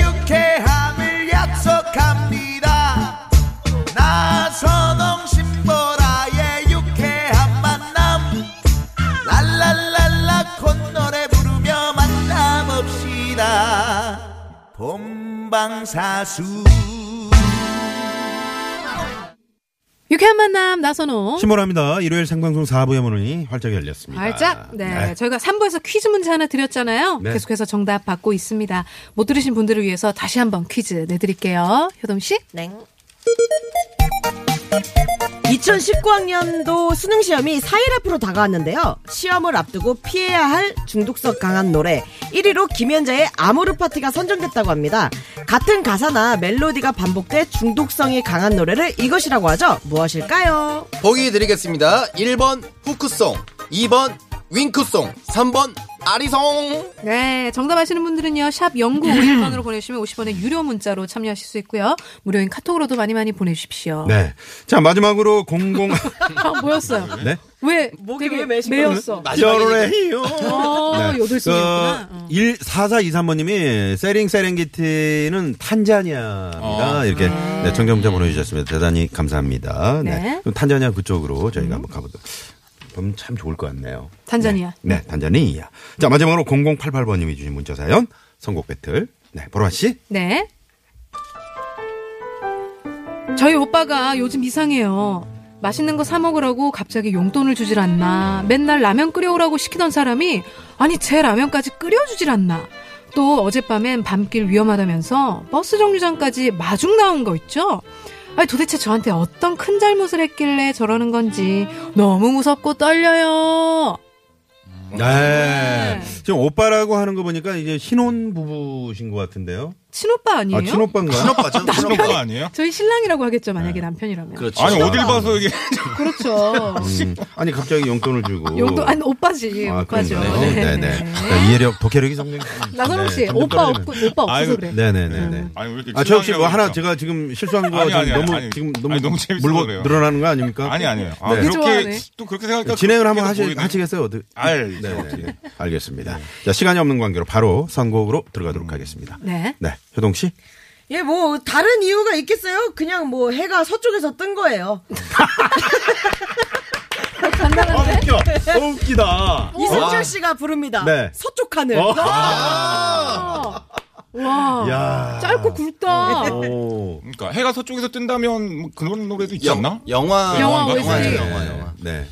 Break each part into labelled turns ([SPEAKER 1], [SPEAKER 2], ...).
[SPEAKER 1] 유쾌함을 약속합니다 나선홍 신보라의 유쾌한 만남 랄랄랄라 콧노래 부르며 만남없시다 본방사수
[SPEAKER 2] 유쾌한 만남 나선호.
[SPEAKER 3] 신보라입니다. 일요일 생방송 4부의 문이 활짝 열렸습니다.
[SPEAKER 2] 발짝. 네. 저희가 3부에서 퀴즈 문제 하나 드렸잖아요.
[SPEAKER 3] 아, 네.
[SPEAKER 2] 계속해서 정답 받고 있습니다. 못 들으신 분들을 위해서 다시 한번 퀴즈 내드릴게요. 효동 씨.
[SPEAKER 4] 네. 2019학년도 수능 시험이 4일 앞으로 다가왔는데요. 시험을 앞두고 피해야 할 중독성 강한 노래 1위로 김연자의 아모르 파티가 선정됐다고 합니다. 같은 가사나 멜로디가 반복돼 중독성이 강한 노래를 이것이라고 하죠. 무엇일까요?
[SPEAKER 5] 보기 드리겠습니다. 1번 후크송, 2번 윙크송, 3번 아리송.
[SPEAKER 2] 네. 정답 아시는 분들은요. 샵 0951번으로 보내주시면 50원의 유료 문자로 참여하실 수 있고요. 무료인 카톡으로도 많이 많이 보내주십시오.
[SPEAKER 3] 네. 자, 마지막으로 공공.
[SPEAKER 2] 아, 뭐였어요?
[SPEAKER 3] 네.
[SPEAKER 2] 왜?
[SPEAKER 4] 목이
[SPEAKER 2] 되게
[SPEAKER 4] 왜 매시고
[SPEAKER 2] 매였어.
[SPEAKER 3] 열월의 희요.
[SPEAKER 2] 어,
[SPEAKER 3] 네.
[SPEAKER 2] 요들송이었구나. 어.
[SPEAKER 3] 1443번님이 세링 세렝게티는 탄자니아입니다. 이렇게 네, 정문자 보내주셨습니다. 대단히 감사합니다. 네.
[SPEAKER 2] 네. 음.
[SPEAKER 3] 그럼 탄자니아 그쪽으로 저희가 한번 가보도록. 그럼 참 좋을 것 같네요.
[SPEAKER 2] 탄자니아.
[SPEAKER 3] 네, 네, 탄자니아. 자, 마지막으로 0088번님이 주신 문자 사연 선곡 배틀. 네, 보라 씨.
[SPEAKER 2] 네. 저희 오빠가 요즘 이상해요. 맛있는 거 사 먹으라고 갑자기 용돈을 주질 않나. 맨날 라면 끓여오라고 시키던 사람이 아니 제 라면까지 끓여주질 않나. 또 어젯밤엔 밤길 위험하다면서 버스 정류장까지 마중 나온 거 있죠? 아니 도대체 저한테 어떤 큰 잘못을 했길래 저러는 건지 너무 무섭고 떨려요.
[SPEAKER 3] 네. 지금 오빠라고 하는 거 보니까 이제 신혼 부부신 것 같은데요.
[SPEAKER 2] 친오빠 아니에요?
[SPEAKER 3] 아, 친오빠인가?
[SPEAKER 5] 신오빠죠?
[SPEAKER 6] 신오빠 아니에요?
[SPEAKER 2] 저희 신랑이라고 하겠죠 만약에 남편이라면.
[SPEAKER 5] 그렇죠.
[SPEAKER 6] 아니 어딜 봐서 이게
[SPEAKER 2] 그렇죠.
[SPEAKER 3] 음. 아니 갑자기 용돈을 주고.
[SPEAKER 2] 용도 아니 오빠지
[SPEAKER 3] 아,
[SPEAKER 2] 오빠죠.
[SPEAKER 3] 그런가요?
[SPEAKER 2] 네,
[SPEAKER 3] 네네.
[SPEAKER 2] 네.
[SPEAKER 3] 네, 이해력, 독해력이 성장.
[SPEAKER 2] 나선홍 씨
[SPEAKER 3] 네, 점점
[SPEAKER 2] 오빠
[SPEAKER 3] 떨어지네.
[SPEAKER 2] 없고 오빠 없어서
[SPEAKER 6] 아이고,
[SPEAKER 2] 그래. 음.
[SPEAKER 3] 네네네네.
[SPEAKER 6] 아니 왜 이렇게
[SPEAKER 3] 아, 저 혹시 뭐 하나
[SPEAKER 6] 신랑이라고
[SPEAKER 3] 제가 지금 실수한 거
[SPEAKER 6] 아니, 아니, 아니,
[SPEAKER 3] 너무
[SPEAKER 6] 아니.
[SPEAKER 3] 지금
[SPEAKER 6] 아니,
[SPEAKER 3] 너무,
[SPEAKER 6] 너무 재밌어서
[SPEAKER 3] 물고
[SPEAKER 6] 그래요.
[SPEAKER 3] 늘어나는 거 아닙니까?
[SPEAKER 6] 아니 아니에요. 아,
[SPEAKER 3] 네.
[SPEAKER 2] 좋아하네.
[SPEAKER 6] 그렇게 또 그렇게 생각할까?
[SPEAKER 3] 진행을 한번 하시,
[SPEAKER 6] 보이네.
[SPEAKER 3] 하시겠어요? 어떻게?
[SPEAKER 6] 알,
[SPEAKER 3] 네, 네,
[SPEAKER 6] 어떻게.
[SPEAKER 3] 네. 알겠습니다. 자, 시간이 없는 관계로 바로 선곡으로 들어가도록 하겠습니다.
[SPEAKER 2] 네.
[SPEAKER 3] 네, 효동 씨.
[SPEAKER 4] 예, 뭐 다른 이유가 있겠어요? 그냥 뭐 해가 서쪽에서 뜬 거예요.
[SPEAKER 2] 간단한데.
[SPEAKER 3] 웃겨. 어, 웃기다.
[SPEAKER 4] 이승철 씨가 부릅니다.
[SPEAKER 3] 네.
[SPEAKER 4] 서쪽 하늘.
[SPEAKER 3] 어.
[SPEAKER 2] 네? 와.
[SPEAKER 3] 야.
[SPEAKER 2] 짧고 굵다.
[SPEAKER 3] 오.
[SPEAKER 6] 그러니까 해가 서쪽에서 뜬다면 뭐 그런 노래도 있지 않나?
[SPEAKER 5] 영, 영화,
[SPEAKER 2] 영화
[SPEAKER 5] 영화인가?
[SPEAKER 2] OST.
[SPEAKER 5] 영화죠, 영화, 영화.
[SPEAKER 3] 네.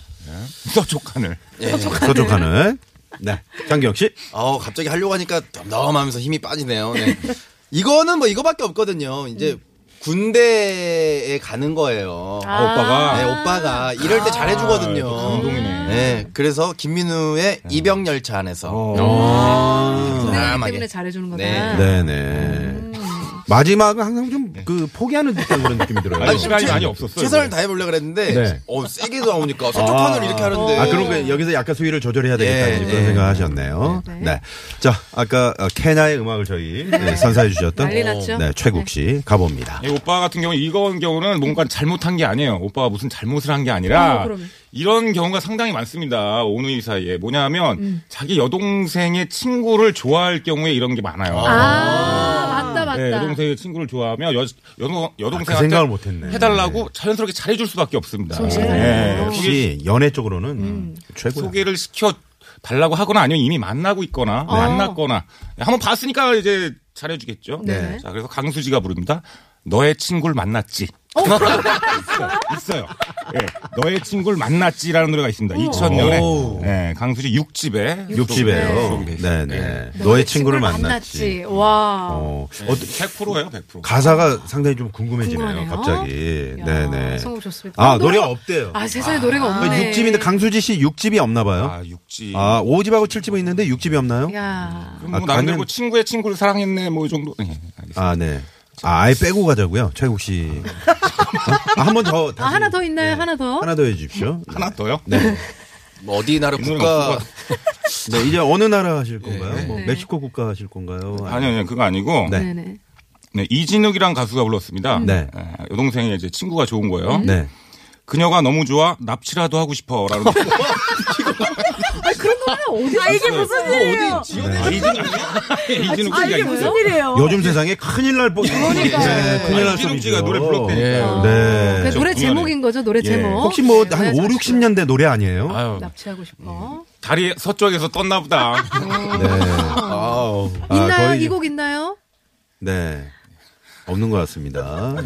[SPEAKER 6] 서쪽 하늘.
[SPEAKER 3] 서쪽하는. 네. 장기영 씨.
[SPEAKER 5] 어 갑자기 하려고 하니까 덤덤하면서 힘이 빠지네요. 네. 이거는 뭐 이거밖에 없거든요. 이제 군대에 가는 거예요.
[SPEAKER 6] 아, 오빠가
[SPEAKER 5] 네, 오빠가 이럴 때 잘해주거든요.
[SPEAKER 6] 아, 감동이네.
[SPEAKER 5] 네, 그래서 김민우의 이병 열차 안에서
[SPEAKER 3] 어.
[SPEAKER 2] 선생님
[SPEAKER 5] 아,
[SPEAKER 2] 네, 때문에
[SPEAKER 5] 예.
[SPEAKER 2] 잘해주는 거다.
[SPEAKER 5] 네.
[SPEAKER 3] 네네. 마지막은 항상 좀 그 포기하는 듯한 그런 느낌이 들어요. 그렇죠?
[SPEAKER 6] 아니, 시간이 많이 없었어요.
[SPEAKER 5] 최선을 다해보려 그랬는데
[SPEAKER 3] 네.
[SPEAKER 5] 어 세게 나오니까 서쪽판을 이렇게 하는데
[SPEAKER 3] 아, 그런 거 여기서 약간 수위를 조절해야 되겠다는
[SPEAKER 5] 예,
[SPEAKER 3] 그런
[SPEAKER 5] 예.
[SPEAKER 3] 생각하셨네요. 네.
[SPEAKER 2] 네.
[SPEAKER 3] 자, 아까 어, 케냐의 음악을 저희 네, 선사해 주셨던
[SPEAKER 2] 난리 났죠.
[SPEAKER 3] 네, 최국 씨 가봅니다.
[SPEAKER 6] 이 오빠 같은 경우 이건 경우는 뭔가 잘못한 게 아니에요. 오빠가 무슨 잘못을 한 게 아니라
[SPEAKER 2] 어, 그럼요.
[SPEAKER 6] 이런 경우가 상당히 많습니다. 오늘 이 사이에 뭐냐면
[SPEAKER 2] 음.
[SPEAKER 6] 자기 여동생의 친구를 좋아할 경우에 이런 게 많아요.
[SPEAKER 3] 어.
[SPEAKER 2] 아 맞다 맞다.
[SPEAKER 6] 네, 여동생의 친구를 좋아하면 여, 여, 여동생한테
[SPEAKER 3] 그 생각을 못 했네.
[SPEAKER 6] 해달라고 자연스럽게 잘해줄 수밖에 없습니다.
[SPEAKER 3] 네, 음.
[SPEAKER 6] 네, 소개,
[SPEAKER 3] 역시 연애 쪽으로는 최고.
[SPEAKER 6] 소개를 시켜 달라고 하거나 아니면 이미 만나고 있거나 네, 만났거나 네, 한번 봤으니까 이제 잘해주겠죠.
[SPEAKER 2] 네.
[SPEAKER 6] 자 그래서 강수지가 부릅니다. 너의 친구를 만났지. 있어요. 예, 너의 친구를 만났지라는 노래가 있습니다. 2000년에 네, 강수지 6집에
[SPEAKER 3] 육집에요. 네, 네. 너의 친구를 만났지. 음.
[SPEAKER 2] 와.
[SPEAKER 3] 어, 어,
[SPEAKER 6] 100%예요, 100%.
[SPEAKER 3] 가사가 상당히 좀 궁금해지네요.
[SPEAKER 2] 궁금하네요.
[SPEAKER 3] 갑자기.
[SPEAKER 2] 야,
[SPEAKER 3] 네, 네.
[SPEAKER 2] 선곡 좋습니다.
[SPEAKER 3] 아,
[SPEAKER 2] 아,
[SPEAKER 3] 노래가
[SPEAKER 2] 노래가-
[SPEAKER 3] 없대요. 그
[SPEAKER 2] 아 세상에 노래가 없네.
[SPEAKER 3] 육집인데 강수지 씨육집이 없나 봐요.
[SPEAKER 6] 아, 6집.
[SPEAKER 3] 아, 오집하고칠집은 있는데 육집이 없나요?
[SPEAKER 2] 야.
[SPEAKER 6] 그럼 뭐
[SPEAKER 3] 아,
[SPEAKER 6] 남들고
[SPEAKER 3] 당연-
[SPEAKER 6] 친구의 친구를 사랑했네 뭐 이 정도. 예, 알겠습니다.
[SPEAKER 3] 아, 네. 아, 아예 빼고 가자고요. 최국 씨. 아, 한 번 더.
[SPEAKER 2] 아 하나 더 있나요? 하나 더.
[SPEAKER 3] 네. 하나 더 해주십시오.
[SPEAKER 6] 하나 더요?
[SPEAKER 3] 네.
[SPEAKER 5] 뭐 어디 나라 국가
[SPEAKER 3] 네,
[SPEAKER 6] 네.
[SPEAKER 2] 네.
[SPEAKER 3] 이제 어느 나라 하실 건가요? 뭐 멕시코 국가 하실 건가요?
[SPEAKER 6] 아, 아니요, 아니요, 그거 아니고
[SPEAKER 3] 네.
[SPEAKER 2] 네네.
[SPEAKER 6] 네, 이진욱이란 가수가 불렀습니다.
[SPEAKER 3] 네.
[SPEAKER 6] 예, 여동생의 이제 친구가 좋은 거예요.
[SPEAKER 3] 네.
[SPEAKER 6] 그녀가 너무 좋아 납치라도 하고 싶어라는
[SPEAKER 4] 아 이게 무슨
[SPEAKER 6] 어,
[SPEAKER 4] 일이에요?
[SPEAKER 3] 네.
[SPEAKER 6] 네, 이진욱
[SPEAKER 4] 아 이게 무슨
[SPEAKER 2] 어,
[SPEAKER 4] 일이에요?
[SPEAKER 3] 요즘 세상에 큰일 날 뻔. 그러니까. 큰일 날
[SPEAKER 6] 이진욱
[SPEAKER 3] 소리죠.
[SPEAKER 6] 씨가 노래 불렀대니까.
[SPEAKER 3] 네.
[SPEAKER 2] 그 노래
[SPEAKER 6] 그렇군요.
[SPEAKER 2] 제목인 거죠, 노래
[SPEAKER 3] 예.
[SPEAKER 2] 제목.
[SPEAKER 3] 혹시 뭐
[SPEAKER 2] 네,
[SPEAKER 3] 한
[SPEAKER 2] 왜
[SPEAKER 3] 5, 60년대 음. 노래 아니에요?
[SPEAKER 6] 아유,
[SPEAKER 2] 납치하고 싶어.
[SPEAKER 6] 다리 서쪽에서 떴나 보다.
[SPEAKER 3] 네.
[SPEAKER 5] 아우.
[SPEAKER 3] 아,
[SPEAKER 2] 있나요?
[SPEAKER 3] 거의-
[SPEAKER 2] 이 곡 있나요?
[SPEAKER 3] 네. 없는 것 같습니다.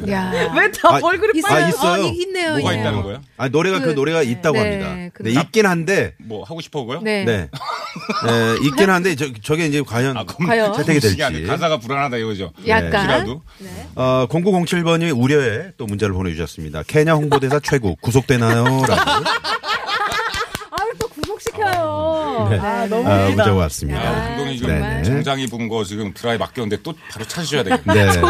[SPEAKER 2] 야.
[SPEAKER 4] 왜 다
[SPEAKER 3] 아,
[SPEAKER 4] 얼굴이
[SPEAKER 2] 있어요?
[SPEAKER 4] 빨개?
[SPEAKER 3] 아, 있어요?
[SPEAKER 2] 어, 이- 있네요.
[SPEAKER 6] 뭐가
[SPEAKER 2] 있네요.
[SPEAKER 6] 있다는 거예요?
[SPEAKER 3] 아, 노래가 그,
[SPEAKER 2] 그-
[SPEAKER 3] 노래가 있다고
[SPEAKER 2] 네,
[SPEAKER 3] 합니다.
[SPEAKER 2] 그
[SPEAKER 3] 네, 있긴 한데
[SPEAKER 6] 뭐 하고 싶어고요?
[SPEAKER 2] 네.
[SPEAKER 3] 네. 에, 있긴 한데 저, 저게 이제 과연
[SPEAKER 6] 아, 그럼
[SPEAKER 2] 과연?
[SPEAKER 3] 채택이 될지.
[SPEAKER 6] 음식이 아니라 가사가 불안하다 이거죠.
[SPEAKER 2] 약간.
[SPEAKER 6] 네, 혹시라도?
[SPEAKER 3] 어, 0907번이 우려에 또 문자를 보내주셨습니다. 케냐 홍보대사 최고 구속되나요? 라고
[SPEAKER 4] 아왜 또
[SPEAKER 2] 어.
[SPEAKER 4] 구속시켜요?
[SPEAKER 3] 네.
[SPEAKER 4] 아 너무
[SPEAKER 3] 아,
[SPEAKER 4] 웃기다.
[SPEAKER 3] 문자가 왔습니다.
[SPEAKER 6] 아, 감독님 지금
[SPEAKER 3] 정말.
[SPEAKER 6] 정장 입은 거 지금 드라이 맡겼는데 또 바로 찾으셔야 되겠네요.
[SPEAKER 3] 네.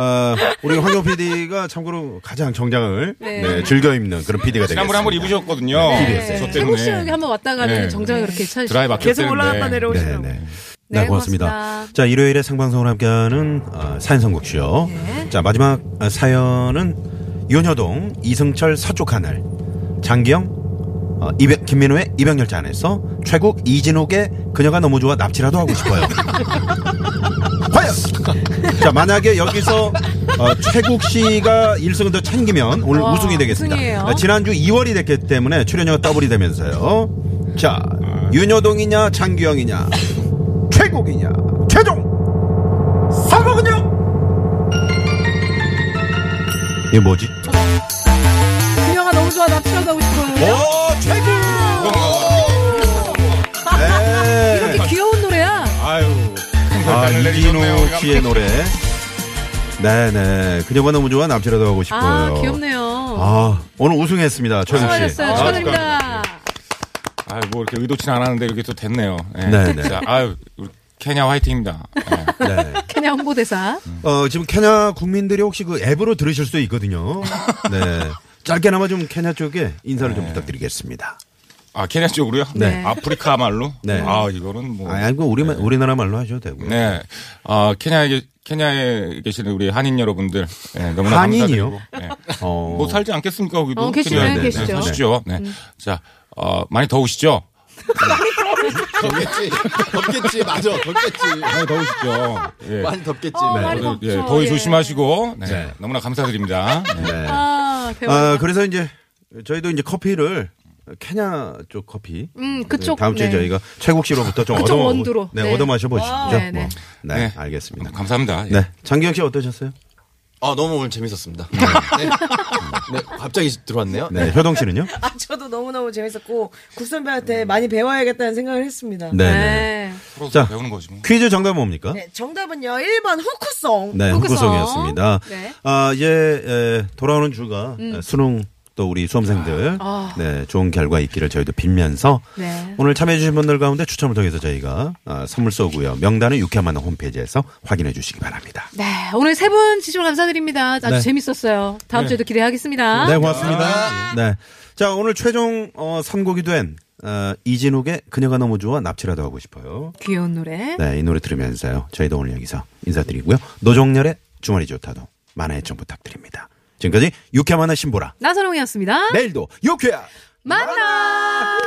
[SPEAKER 3] 어, 우리 황경 PD가 참고로 가장 정장을
[SPEAKER 2] 네.
[SPEAKER 3] 네, 즐겨 입는 그런 PD가 되겠습니다.
[SPEAKER 6] 지난번에 한번 입으셨거든요.
[SPEAKER 4] 네.
[SPEAKER 3] TBS 에.
[SPEAKER 6] 네. 저
[SPEAKER 2] 태국
[SPEAKER 6] 때문에.
[SPEAKER 2] 씨 여기 한번 왔다 가면
[SPEAKER 6] 네.
[SPEAKER 2] 정장을 그렇게 찾으시죠.
[SPEAKER 6] 드라이 맡겼는데.
[SPEAKER 4] 계속 올라갔다 내려오시는
[SPEAKER 3] 네네.
[SPEAKER 2] 네,
[SPEAKER 3] 네, 고맙습니다.
[SPEAKER 2] 고맙습니다.
[SPEAKER 3] 자, 일요일에 생방송을 함께하는 어, 사연 선곡쇼. 자, 마지막 어, 사연은 윤여동, 이승철 서쪽 하늘, 장기영, 어, 이백, 김민우의 이병열차 안에서 최국 이진욱의 그녀가 너무 좋아 납치라도 하고 싶어요. 과연! 자, 만약에 여기서 어, 최국 씨가 1승을 더 챙기면 오늘
[SPEAKER 2] 와,
[SPEAKER 3] 우승이 되겠습니다.
[SPEAKER 2] 우승이에요.
[SPEAKER 3] 어, 지난주 2월이 됐기 때문에 출연료가 더블이 되면서요. 자,
[SPEAKER 6] 아.
[SPEAKER 3] 윤여동이냐, 장기영이냐, 최국이냐, 최종 3번은요? 이게 뭐지?
[SPEAKER 2] 그녀가 너무 좋아 납치라도 하고 싶어요.
[SPEAKER 3] 오, 최국! 네.
[SPEAKER 2] 이렇게 귀여운 노래야.
[SPEAKER 6] 아유.
[SPEAKER 3] 아,
[SPEAKER 6] 결단을 내리셨네요,
[SPEAKER 3] 이진우
[SPEAKER 6] 우리가.
[SPEAKER 3] 씨의 노래. 네네. 그녀가 너무 좋아, 남자라도 하고 싶어요.
[SPEAKER 2] 아, 귀엽네요.
[SPEAKER 3] 아, 오늘 우승했습니다, 최국 씨.
[SPEAKER 2] 수고하셨어요.
[SPEAKER 6] 아,
[SPEAKER 2] 축하드립니다.
[SPEAKER 6] 아유, 뭐 이렇게 의도치 않았는데 이렇게 또 됐네요. 예.
[SPEAKER 3] 네, 네.
[SPEAKER 6] 자, 아유, 우리 케냐 화이팅입니다. 예.
[SPEAKER 3] 네.
[SPEAKER 2] 케냐 홍보대사.
[SPEAKER 3] 어, 지금 케냐 국민들이 혹시 그 앱으로 들으실 수도 있거든요. 네. 짧게나마 좀 케냐 쪽에 인사를 좀 부탁드리겠습니다.
[SPEAKER 6] 아, 케냐 쪽으로요?
[SPEAKER 2] 네.
[SPEAKER 6] 아프리카 말로?
[SPEAKER 3] 네.
[SPEAKER 6] 아, 이거는 뭐.
[SPEAKER 3] 아, 아니고 우리 말 우리나라 말로 하셔도 되고요.
[SPEAKER 6] 네. 아, 케냐에, 계- 케냐에 계시는 우리 한인 여러분들. 예, 너무나
[SPEAKER 3] 한인이요?
[SPEAKER 6] 감사드리고. 예.
[SPEAKER 3] 어.
[SPEAKER 6] 뭐 살지 않겠습니까 거기도
[SPEAKER 2] 어, 계시네,
[SPEAKER 6] 그냥,
[SPEAKER 2] 계시죠. 음.
[SPEAKER 6] 네, 사시죠. 네. 자, 어, 많이 더우시죠?
[SPEAKER 5] 덥겠지. 덥겠지. 맞아. 덥겠지.
[SPEAKER 6] 많이 더우시죠. 예.
[SPEAKER 5] 많이 덥겠지.
[SPEAKER 2] 어, 많이
[SPEAKER 6] 다들,
[SPEAKER 2] 덥죠.
[SPEAKER 6] 예, 더위
[SPEAKER 2] 예.
[SPEAKER 6] 조심하시고 네,
[SPEAKER 3] 네.
[SPEAKER 6] 너무나 감사드립니다. 네.
[SPEAKER 3] 네.
[SPEAKER 2] 아, 배워.
[SPEAKER 3] 아, 그래서 이제 저희도 이제 커피를 케냐 쪽 커피.
[SPEAKER 2] 음, 그쪽,
[SPEAKER 3] 다음 주에
[SPEAKER 2] 네.
[SPEAKER 3] 저희가 최국 씨로부터 좀
[SPEAKER 2] 그쪽
[SPEAKER 3] 얻어
[SPEAKER 2] 원두로.
[SPEAKER 3] 네,
[SPEAKER 2] 네.
[SPEAKER 3] 얻어 마셔 보시죠.
[SPEAKER 2] 와우. 네,
[SPEAKER 3] 네, 네.
[SPEAKER 2] 네.
[SPEAKER 6] 네.
[SPEAKER 3] 알겠습니다.
[SPEAKER 6] 감사합니다. 예.
[SPEAKER 3] 네. 장기영 씨 어떠셨어요?
[SPEAKER 5] 아, 너무 오늘 재밌었습니다. 네. 네, 갑자기 들어왔네요.
[SPEAKER 3] 네, 효동 씨는요?
[SPEAKER 4] 아 저도 너무너무 재밌었고 국선배한테 많이 배워야겠다는 생각을 했습니다.
[SPEAKER 3] 네. 네.
[SPEAKER 2] 네.
[SPEAKER 6] 프로서
[SPEAKER 3] 자.
[SPEAKER 6] 배우는 거지 뭐.
[SPEAKER 3] 퀴즈 정답 뭡니까?
[SPEAKER 4] 네, 정답은요. 1번 후쿠송.
[SPEAKER 3] 네,
[SPEAKER 2] 후쿠성.
[SPEAKER 3] 후구성이었습니다.
[SPEAKER 2] 네. 음.
[SPEAKER 3] 아, 이제 에, 돌아오는 주가 에, 수능 또 우리 수험생들
[SPEAKER 2] 아.
[SPEAKER 3] 네, 좋은 결과 있기를 저희도 빌면서
[SPEAKER 2] 네.
[SPEAKER 3] 오늘 참여해 주신 분들 가운데 추첨을 통해서 저희가 아, 선물 쏘고요. 명단은 유쾌한 만남 홈페이지에서 확인해 주시기 바랍니다.
[SPEAKER 2] 네, 오늘 세 분 지출 감사드립니다. 아주 재밌었어요. 다음 주에도 기대하겠습니다.
[SPEAKER 3] 네, 고맙습니다. 네. 자, 오늘 최종 어, 선곡이 된 어, 이진욱의 그녀가 너무 좋아 납치라도 하고 싶어요.
[SPEAKER 2] 귀여운 노래.
[SPEAKER 3] 네, 이 노래 들으면서요. 저희도 오늘 여기서 인사드리고요. 노종렬의 주말이 좋다도 만화 애청 부탁드립니다. 지금까지 유쾌한 만화 신보라.
[SPEAKER 2] 나선홍이었습니다.
[SPEAKER 3] 내일도 유쾌한
[SPEAKER 2] 만나!